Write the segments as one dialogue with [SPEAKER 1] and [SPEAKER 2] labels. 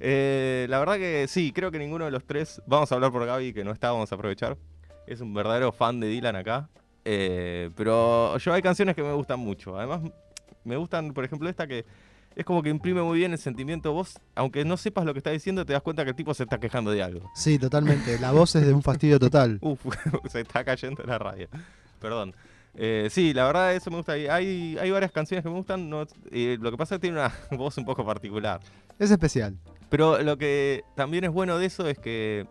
[SPEAKER 1] Eh, la verdad que sí, creo que ninguno de los tres. Vamos a hablar por Gaby, que no está, vamos a aprovechar. Es un verdadero fan de Dylan acá. Eh, pero yo hay canciones que me gustan mucho. Además, me gustan, por ejemplo, esta que es como que imprime muy bien el sentimiento. Vos, aunque no sepas lo que está diciendo, te das cuenta que el tipo se está quejando de algo.
[SPEAKER 2] Sí, totalmente. La voz es de un fastidio total.
[SPEAKER 1] Uf, se está cayendo la radio. Perdón. Eh, sí, la verdad, eso me gusta. Y Hay, hay varias canciones que me gustan. no- eh, lo que pasa es que tiene una voz un poco particular.
[SPEAKER 2] Es especial.
[SPEAKER 1] Pero lo que también es bueno de eso es que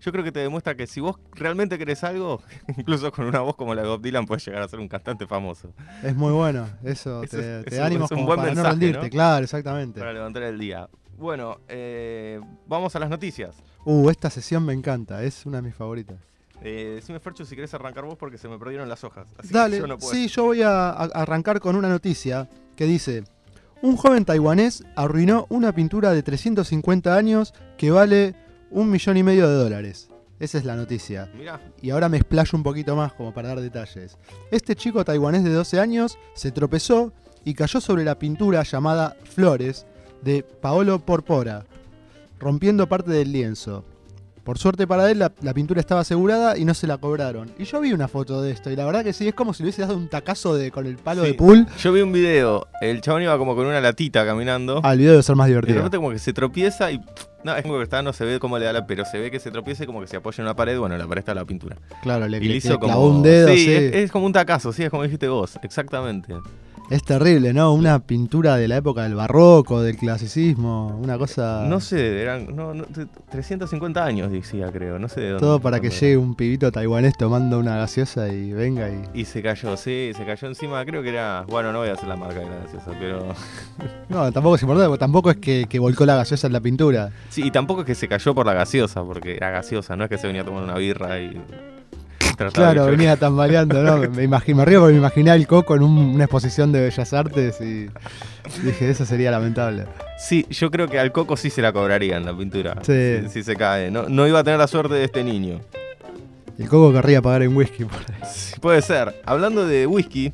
[SPEAKER 1] yo creo que te demuestra que si vos realmente querés algo, incluso con una voz como la de Bob Dylan, puedes llegar a ser un cantante famoso
[SPEAKER 2] Es muy bueno. Eso,
[SPEAKER 1] Eso
[SPEAKER 2] te,
[SPEAKER 1] es-
[SPEAKER 2] te
[SPEAKER 1] es
[SPEAKER 2] da
[SPEAKER 1] un-
[SPEAKER 2] ánimos
[SPEAKER 1] es un
[SPEAKER 2] como
[SPEAKER 1] buen
[SPEAKER 2] para no
[SPEAKER 1] mensaje,
[SPEAKER 2] rendirte.
[SPEAKER 1] ¿no?
[SPEAKER 2] Claro, exactamente.
[SPEAKER 1] para levantar el día. Bueno, eh, vamos a las noticias.
[SPEAKER 2] Uh, esta sesión me encanta. Es una de mis favoritas.
[SPEAKER 1] Eh, decime, Ferchu, si querés arrancar vos porque se me perdieron las hojas. Así que
[SPEAKER 2] Dale,
[SPEAKER 1] yo no puedo.
[SPEAKER 2] sí, yo voy a, a- arrancar con una noticia que dice: Un joven taiwanés arruinó una pintura de 350 años que vale un millón y medio de dólares. Esa es la noticia.
[SPEAKER 1] Mirá,
[SPEAKER 2] Y ahora me explayo un poquito más como para dar detalles. Este chico taiwanés de 12 años se tropezó y cayó sobre la pintura llamada Flores de Paolo Porpora, rompiendo parte del lienzo. Por suerte para él la, la pintura estaba asegurada y no se la cobraron. Y yo vi una foto de esto y la verdad que sí, es como si le hubiese dado un tacazo de, con el palo
[SPEAKER 1] Sí.
[SPEAKER 2] de pool.
[SPEAKER 1] yo vi un video. El chabón iba como con una latita caminando.
[SPEAKER 2] Ah, el video debe ser más
[SPEAKER 1] Oh. y de
[SPEAKER 2] divertido.
[SPEAKER 1] repente como que se tropieza y... No, es como que está, no se ve cómo le da la... Pero se ve que se tropieza y como que se apoya en una pared. Bueno, en la pared está la pintura.
[SPEAKER 2] Claro, le,
[SPEAKER 1] Y le
[SPEAKER 2] le
[SPEAKER 1] hizo
[SPEAKER 2] clavó
[SPEAKER 1] como
[SPEAKER 2] un dedo,
[SPEAKER 1] sí,
[SPEAKER 2] sí.
[SPEAKER 1] Es, es como un tacazo, sí, es como dijiste vos, exactamente.
[SPEAKER 2] Es terrible, ¿no? Una pintura de la época del barroco, del clasicismo, una cosa...
[SPEAKER 1] No sé, eran no, no, t- 350 años decía, creo, no sé de dónde.
[SPEAKER 2] Todo para que
[SPEAKER 1] dónde.
[SPEAKER 2] llegue un pibito taiwanés tomando una gaseosa y venga y...
[SPEAKER 1] Y se cayó, sí, se cayó encima, creo que era, bueno, no voy a hacer la marca gracias, pero
[SPEAKER 2] No, tampoco es importante, porque tampoco es que, que volcó la gaseosa en la pintura.
[SPEAKER 1] sí, y tampoco es que se cayó por la gaseosa, porque era gaseosa, no es que se venía a tomar una birra y trataba de
[SPEAKER 2] Claro,
[SPEAKER 1] llorar.
[SPEAKER 2] venía tambaleando, ¿no? Me, imagi- me río porque me imaginé el coco en un- una exposición de Bellas Artes y dije, eso sería lamentable.
[SPEAKER 1] Sí, yo creo que al coco sí se la cobrarían la pintura.
[SPEAKER 2] Sí.
[SPEAKER 1] Si, si se cae, no, no iba a tener la suerte de este niño.
[SPEAKER 2] El coco querría pagar en whisky por ahí.
[SPEAKER 1] Sí, puede ser. Hablando de whisky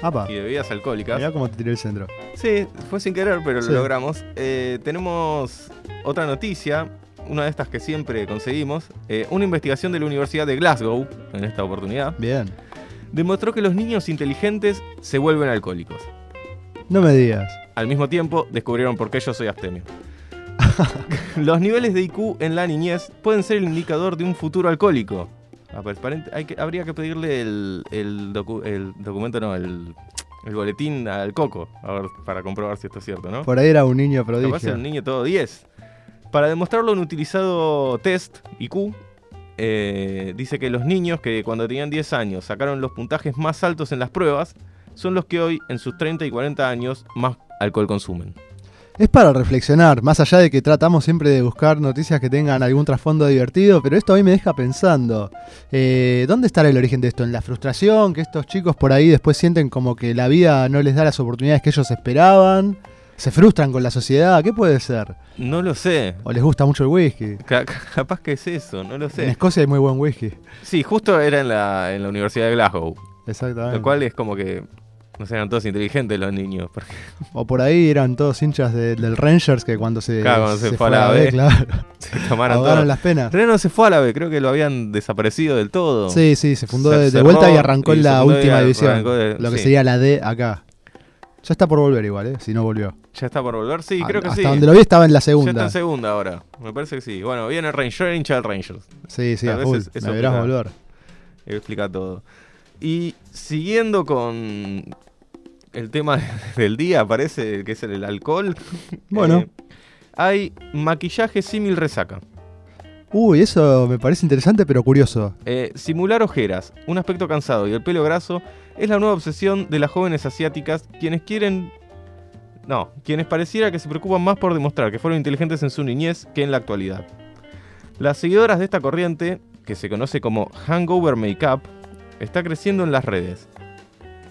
[SPEAKER 2] Apa,
[SPEAKER 1] y de bebidas alcohólicas.
[SPEAKER 2] mirá cómo te tiré el centro.
[SPEAKER 1] Sí, fue sin querer, pero
[SPEAKER 2] Sí.
[SPEAKER 1] lo logramos. Eh, tenemos otra noticia, una de estas que siempre conseguimos. Eh, una investigación de la Universidad de Glasgow, en esta oportunidad,
[SPEAKER 2] Bien,
[SPEAKER 1] demostró que los niños inteligentes se vuelven alcohólicos.
[SPEAKER 2] no me digas.
[SPEAKER 1] Al mismo tiempo, descubrieron por qué yo soy abstemio. los niveles de IQ en la niñez pueden ser el indicador de un futuro alcohólico. Aparente- hay que- habría que pedirle el, el docu- el documento, no, el, el boletín al coco, a ver, para comprobar si esto es cierto, ¿no?
[SPEAKER 2] Por ahí era un niño
[SPEAKER 1] Capaz era un
[SPEAKER 2] prodigio.
[SPEAKER 1] niño todo 10. Para demostrarlo han utilizado test IQ. Eh, dice que los niños que cuando tenían 10 años sacaron los puntajes más altos en las pruebas son los que hoy, en sus 30 y 40 años, más alcohol consumen.
[SPEAKER 2] Es para reflexionar, más allá de que tratamos siempre de buscar noticias que tengan algún trasfondo divertido, pero esto a mí me deja pensando, eh, ¿dónde estará el origen de esto? ¿En la frustración que estos chicos por ahí después sienten como que la vida no les da las oportunidades que ellos esperaban? ¿Se frustran con la sociedad? ¿Qué puede ser?
[SPEAKER 1] No lo sé.
[SPEAKER 2] ¿O les gusta mucho el whisky?
[SPEAKER 1] Ca- capaz que es eso, no lo
[SPEAKER 2] En
[SPEAKER 1] sé.
[SPEAKER 2] Escocia hay muy buen whisky.
[SPEAKER 1] Sí, justo era en la, en la Universidad de Glasgow.
[SPEAKER 2] Exactamente.
[SPEAKER 1] Lo cual es como que. No sé, eran todos inteligentes los niños. porque-
[SPEAKER 2] O por ahí eran todos hinchas de- del Rangers que cuando se,
[SPEAKER 1] Claro, cuando se fue a la B,
[SPEAKER 2] claro,
[SPEAKER 1] Se tomaron
[SPEAKER 2] ahogaron
[SPEAKER 1] todo.
[SPEAKER 2] las penas.
[SPEAKER 1] En realidad no se fue a la B, creo que lo habían desaparecido del todo.
[SPEAKER 2] Sí, sí, se fundó
[SPEAKER 1] Se
[SPEAKER 2] de, de
[SPEAKER 1] cerró
[SPEAKER 2] vuelta y arrancó
[SPEAKER 1] y
[SPEAKER 2] en
[SPEAKER 1] se
[SPEAKER 2] la
[SPEAKER 1] fundó y
[SPEAKER 2] última división.
[SPEAKER 1] arrancó de-
[SPEAKER 2] lo que
[SPEAKER 1] sí.
[SPEAKER 2] sería la D acá. Ya está por volver igual, ¿eh? Si no volvió.
[SPEAKER 1] Ya está por volver, sí,
[SPEAKER 2] A-
[SPEAKER 1] creo que
[SPEAKER 2] Ah, Hasta
[SPEAKER 1] sí.
[SPEAKER 2] donde lo vi estaba en la
[SPEAKER 1] Ya está
[SPEAKER 2] segunda.
[SPEAKER 1] en segunda ahora. Me parece que sí. Bueno, viene el Ranger, era hincha del Rangers.
[SPEAKER 2] Sí, sí,
[SPEAKER 1] Tal
[SPEAKER 2] a
[SPEAKER 1] vez
[SPEAKER 2] full.
[SPEAKER 1] es- eso
[SPEAKER 2] Me verás
[SPEAKER 1] quizá.
[SPEAKER 2] volver.
[SPEAKER 1] Él explica todo. Y siguiendo con el tema del día, parece que es el alcohol.
[SPEAKER 2] Bueno.
[SPEAKER 1] eh, hay maquillaje símil resaca.
[SPEAKER 2] Uy, eso me parece interesante pero curioso.
[SPEAKER 1] Eh, simular ojeras, un aspecto cansado y el pelo graso es la nueva obsesión de las jóvenes asiáticas quienes quieren... No, quienes pareciera que se preocupan más por demostrar que fueron inteligentes en su niñez que en la actualidad. Las seguidoras de esta corriente, que se conoce como Hangover Makeup, está creciendo en las redes.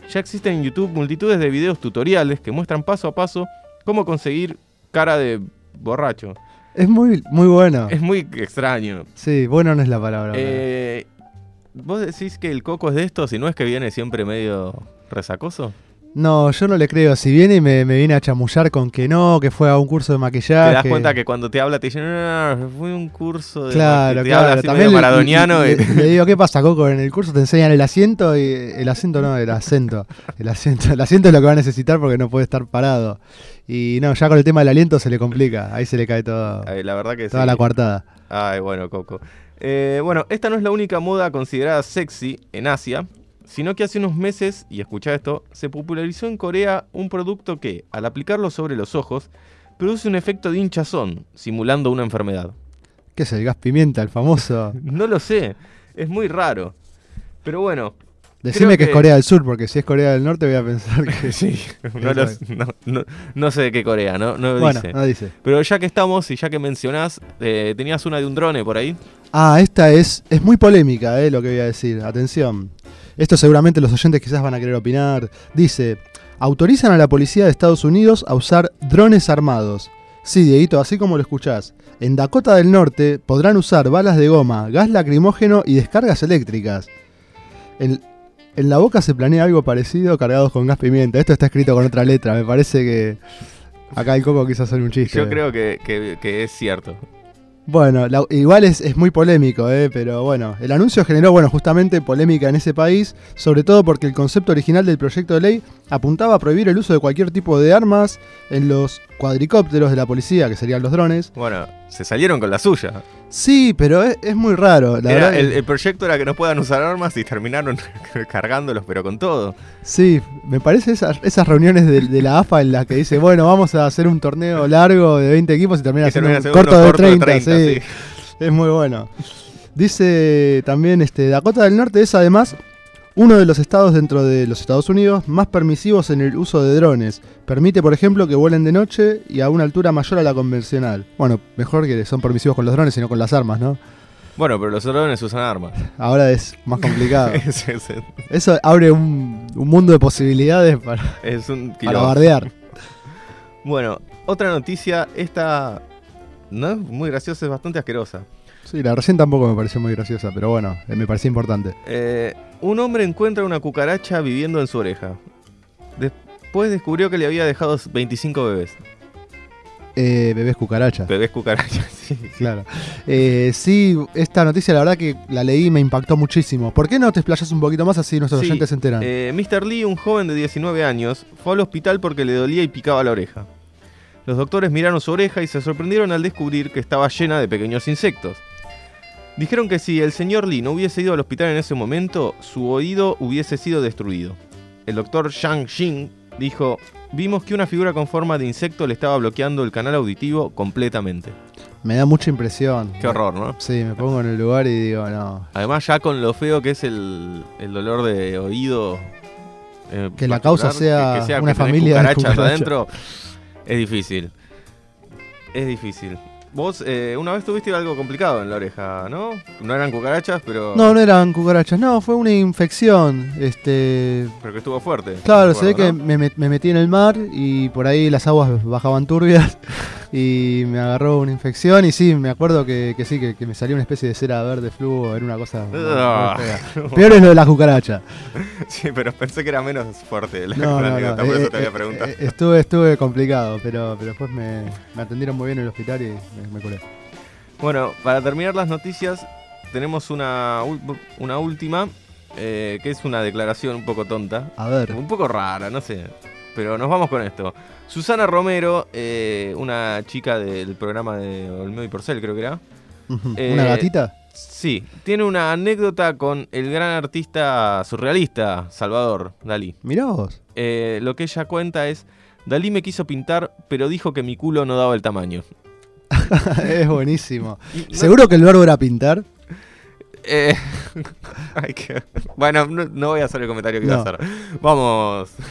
[SPEAKER 1] Ya existen en YouTube multitudes de videos tutoriales que muestran paso a paso cómo conseguir cara de borracho.
[SPEAKER 2] Es muy, muy bueno.
[SPEAKER 1] Es muy extraño,
[SPEAKER 2] Sí, bueno no es la palabra.
[SPEAKER 1] eh, ¿Vos decís que el coco es de estos y no es que viene siempre medio resacoso?
[SPEAKER 2] pero- No, yo no le creo. Si viene y me, me viene a chamullar con que no, que fue a un curso de maquillaje.
[SPEAKER 1] Te das cuenta que cuando te habla te dicen, no, no, no, fue un curso de.
[SPEAKER 2] Claro,
[SPEAKER 1] te
[SPEAKER 2] claro.
[SPEAKER 1] habla así
[SPEAKER 2] También
[SPEAKER 1] medio
[SPEAKER 2] le-
[SPEAKER 1] maradoniano.
[SPEAKER 2] le,
[SPEAKER 1] y-
[SPEAKER 2] le digo, ¿qué pasa, Coco? En el curso te enseñan el asiento y el acento no, el acento. El asiento, el asiento es lo que va a necesitar porque no puede estar parado. Y no, ya con el tema del aliento se le complica. Ahí se le cae todo,
[SPEAKER 1] Ay, la verdad que
[SPEAKER 2] toda
[SPEAKER 1] sí.
[SPEAKER 2] la coartada.
[SPEAKER 1] Ay, bueno, Coco. Eh, bueno, esta no es la única moda considerada sexy en Asia, sino que hace unos meses, y escucha esto, se popularizó en Corea un producto que, al aplicarlo sobre los ojos, produce un efecto de hinchazón, simulando una enfermedad.
[SPEAKER 2] ¿Qué es el gas pimienta, el famoso?
[SPEAKER 1] No lo sé, es muy raro. Pero bueno,
[SPEAKER 2] Decime que, es
[SPEAKER 1] que-
[SPEAKER 2] Corea del Sur, porque si es Corea del Norte voy a pensar que sí.
[SPEAKER 1] no, lo- no, no- no sé de qué Corea, no, no lo
[SPEAKER 2] Bueno,
[SPEAKER 1] dice.
[SPEAKER 2] no dice.
[SPEAKER 1] Pero ya que estamos y ya que mencionás, eh, tenías una de un drone por ahí.
[SPEAKER 2] Ah, esta es, es muy polémica, eh, lo que voy a decir. Atención. Esto seguramente los oyentes quizás van a querer opinar. Dice, autorizan a la policía de Estados Unidos a usar drones armados. Sí, Dieguito, así como lo escuchás. En Dakota del Norte podrán usar balas de goma, gas lacrimógeno y descargas eléctricas. En, en la boca se planea algo parecido cargados con gas pimienta. Esto está escrito con otra letra, me parece que... Acá el coco quiso hacer un chiste.
[SPEAKER 1] Yo creo que, que- que es cierto.
[SPEAKER 2] Bueno, la- igual es, es muy polémico, eh, pero bueno, el anuncio generó, bueno, justamente polémica en ese país, sobre todo porque el concepto original del proyecto de ley apuntaba a prohibir el uso de cualquier tipo de armas en los cuadricópteros de la policía, que serían los drones.
[SPEAKER 1] Bueno, se salieron con la suya.
[SPEAKER 2] Sí, pero es, es muy raro, la
[SPEAKER 1] Era-
[SPEAKER 2] verdad.
[SPEAKER 1] el, el proyecto era que no puedan usar armas y terminaron cargándolos, pero con todo.
[SPEAKER 2] Sí, me parece esas, esas reuniones de, de la AFA en las que dice, bueno, vamos a hacer un torneo largo de 20 equipos y termina
[SPEAKER 1] Y
[SPEAKER 2] haciendo
[SPEAKER 1] termina
[SPEAKER 2] un
[SPEAKER 1] siendo
[SPEAKER 2] corto,
[SPEAKER 1] uno
[SPEAKER 2] de
[SPEAKER 1] corto de
[SPEAKER 2] 30,
[SPEAKER 1] 30,
[SPEAKER 2] sí. Es muy bueno. Dice también este Dakota del Norte es además uno de los estados dentro de los Estados Unidos más permisivos en el uso de drones. Permite, por ejemplo, que vuelen de noche y a una altura mayor a la convencional. Bueno, mejor que son permisivos con los drones, sino con las armas, ¿no?
[SPEAKER 1] Bueno, pero los drones usan armas.
[SPEAKER 2] Ahora es más complicado.
[SPEAKER 1] es, es-
[SPEAKER 2] Eso abre un, un mundo de posibilidades para,
[SPEAKER 1] es un
[SPEAKER 2] para
[SPEAKER 1] quilombo.
[SPEAKER 2] bardear.
[SPEAKER 1] Bueno, otra noticia, esta no es muy graciosa, es bastante asquerosa.
[SPEAKER 2] Sí, la recién tampoco me pareció muy graciosa, pero bueno, eh, me parecía importante.
[SPEAKER 1] Eh, un hombre encuentra una cucaracha viviendo en su oreja. Después descubrió que le había dejado 25 bebés.
[SPEAKER 2] Eh, bebés cucarachas.
[SPEAKER 1] Bebés cucarachas, sí.
[SPEAKER 2] Claro. Eh, sí, esta noticia la verdad que la leí y me impactó muchísimo. ¿Por qué no te explayas un poquito más así nuestros
[SPEAKER 1] Sí,
[SPEAKER 2] oyentes se enteran?
[SPEAKER 1] Eh, Mr. Lee, un joven de 19 años, fue al hospital porque le dolía y picaba la oreja. Los doctores miraron su oreja y se sorprendieron al descubrir que estaba llena de pequeños insectos. Dijeron que si el señor Lee no hubiese ido al hospital en ese momento, su oído hubiese sido destruido. El doctor Shang Jing dijo, vimos que una figura con forma de insecto le estaba bloqueando el canal auditivo completamente.
[SPEAKER 2] Me da mucha impresión.
[SPEAKER 1] Qué horror, ¿no?
[SPEAKER 2] Sí, me pongo en el lugar y digo, no.
[SPEAKER 1] Además ya con lo feo que es el, el dolor de oído. eh,
[SPEAKER 2] Que la causa
[SPEAKER 1] particular,
[SPEAKER 2] sea una
[SPEAKER 1] tenés
[SPEAKER 2] familia de
[SPEAKER 1] cucarachas
[SPEAKER 2] cucarachas.
[SPEAKER 1] adentro. Es difícil. Es difícil. Vos eh, una vez tuviste algo complicado en la oreja, ¿no? No eran cucarachas, pero,
[SPEAKER 2] No, no eran cucarachas, no, fue una infección. Este.
[SPEAKER 1] pero que estuvo fuerte.
[SPEAKER 2] Claro,
[SPEAKER 1] me
[SPEAKER 2] se ve que
[SPEAKER 1] acuerdo, ¿no?
[SPEAKER 2] me, met- me metí en el mar y por ahí las aguas bajaban turbias y me agarró una infección. Y sí, me acuerdo que, que sí, que, que me salió una especie de cera verde fluo, era una cosa. muy- muy
[SPEAKER 1] Ah.
[SPEAKER 2] fea. Peor es lo de las cucarachas.
[SPEAKER 1] Sí, pero pensé que era menos fuerte la,
[SPEAKER 2] No,
[SPEAKER 1] la
[SPEAKER 2] no, no.
[SPEAKER 1] anécdota, por
[SPEAKER 2] eh,
[SPEAKER 1] eso te
[SPEAKER 2] eh,
[SPEAKER 1] había preguntado.
[SPEAKER 2] eh, estuve, estuve complicado, pero, pero después me, me atendieron muy bien en el hospital y me, me curé. eh.
[SPEAKER 1] Bueno, para terminar las noticias, tenemos una, ul- una última, eh, que es una declaración un poco tonta,
[SPEAKER 2] A ver,
[SPEAKER 1] Un poco rara, no sé. Pero nos vamos con esto. Susana Romero, eh, una chica del programa de Olmedo y Porcel, creo que era.
[SPEAKER 2] ujú,
[SPEAKER 1] eh,
[SPEAKER 2] ¿una gatita?
[SPEAKER 1] Sí, tiene una anécdota con el gran artista surrealista, Salvador Dalí.
[SPEAKER 2] Mirá vos.
[SPEAKER 1] Eh, lo que ella cuenta es, Dalí me quiso pintar, pero dijo que mi culo no daba el tamaño.
[SPEAKER 2] es buenísimo.
[SPEAKER 1] Y no-
[SPEAKER 2] ¿Seguro que el verbo era pintar?
[SPEAKER 1] eh, hay que- bueno, no, no voy a hacer el comentario que iba a
[SPEAKER 2] No.
[SPEAKER 1] hacer. Vamos.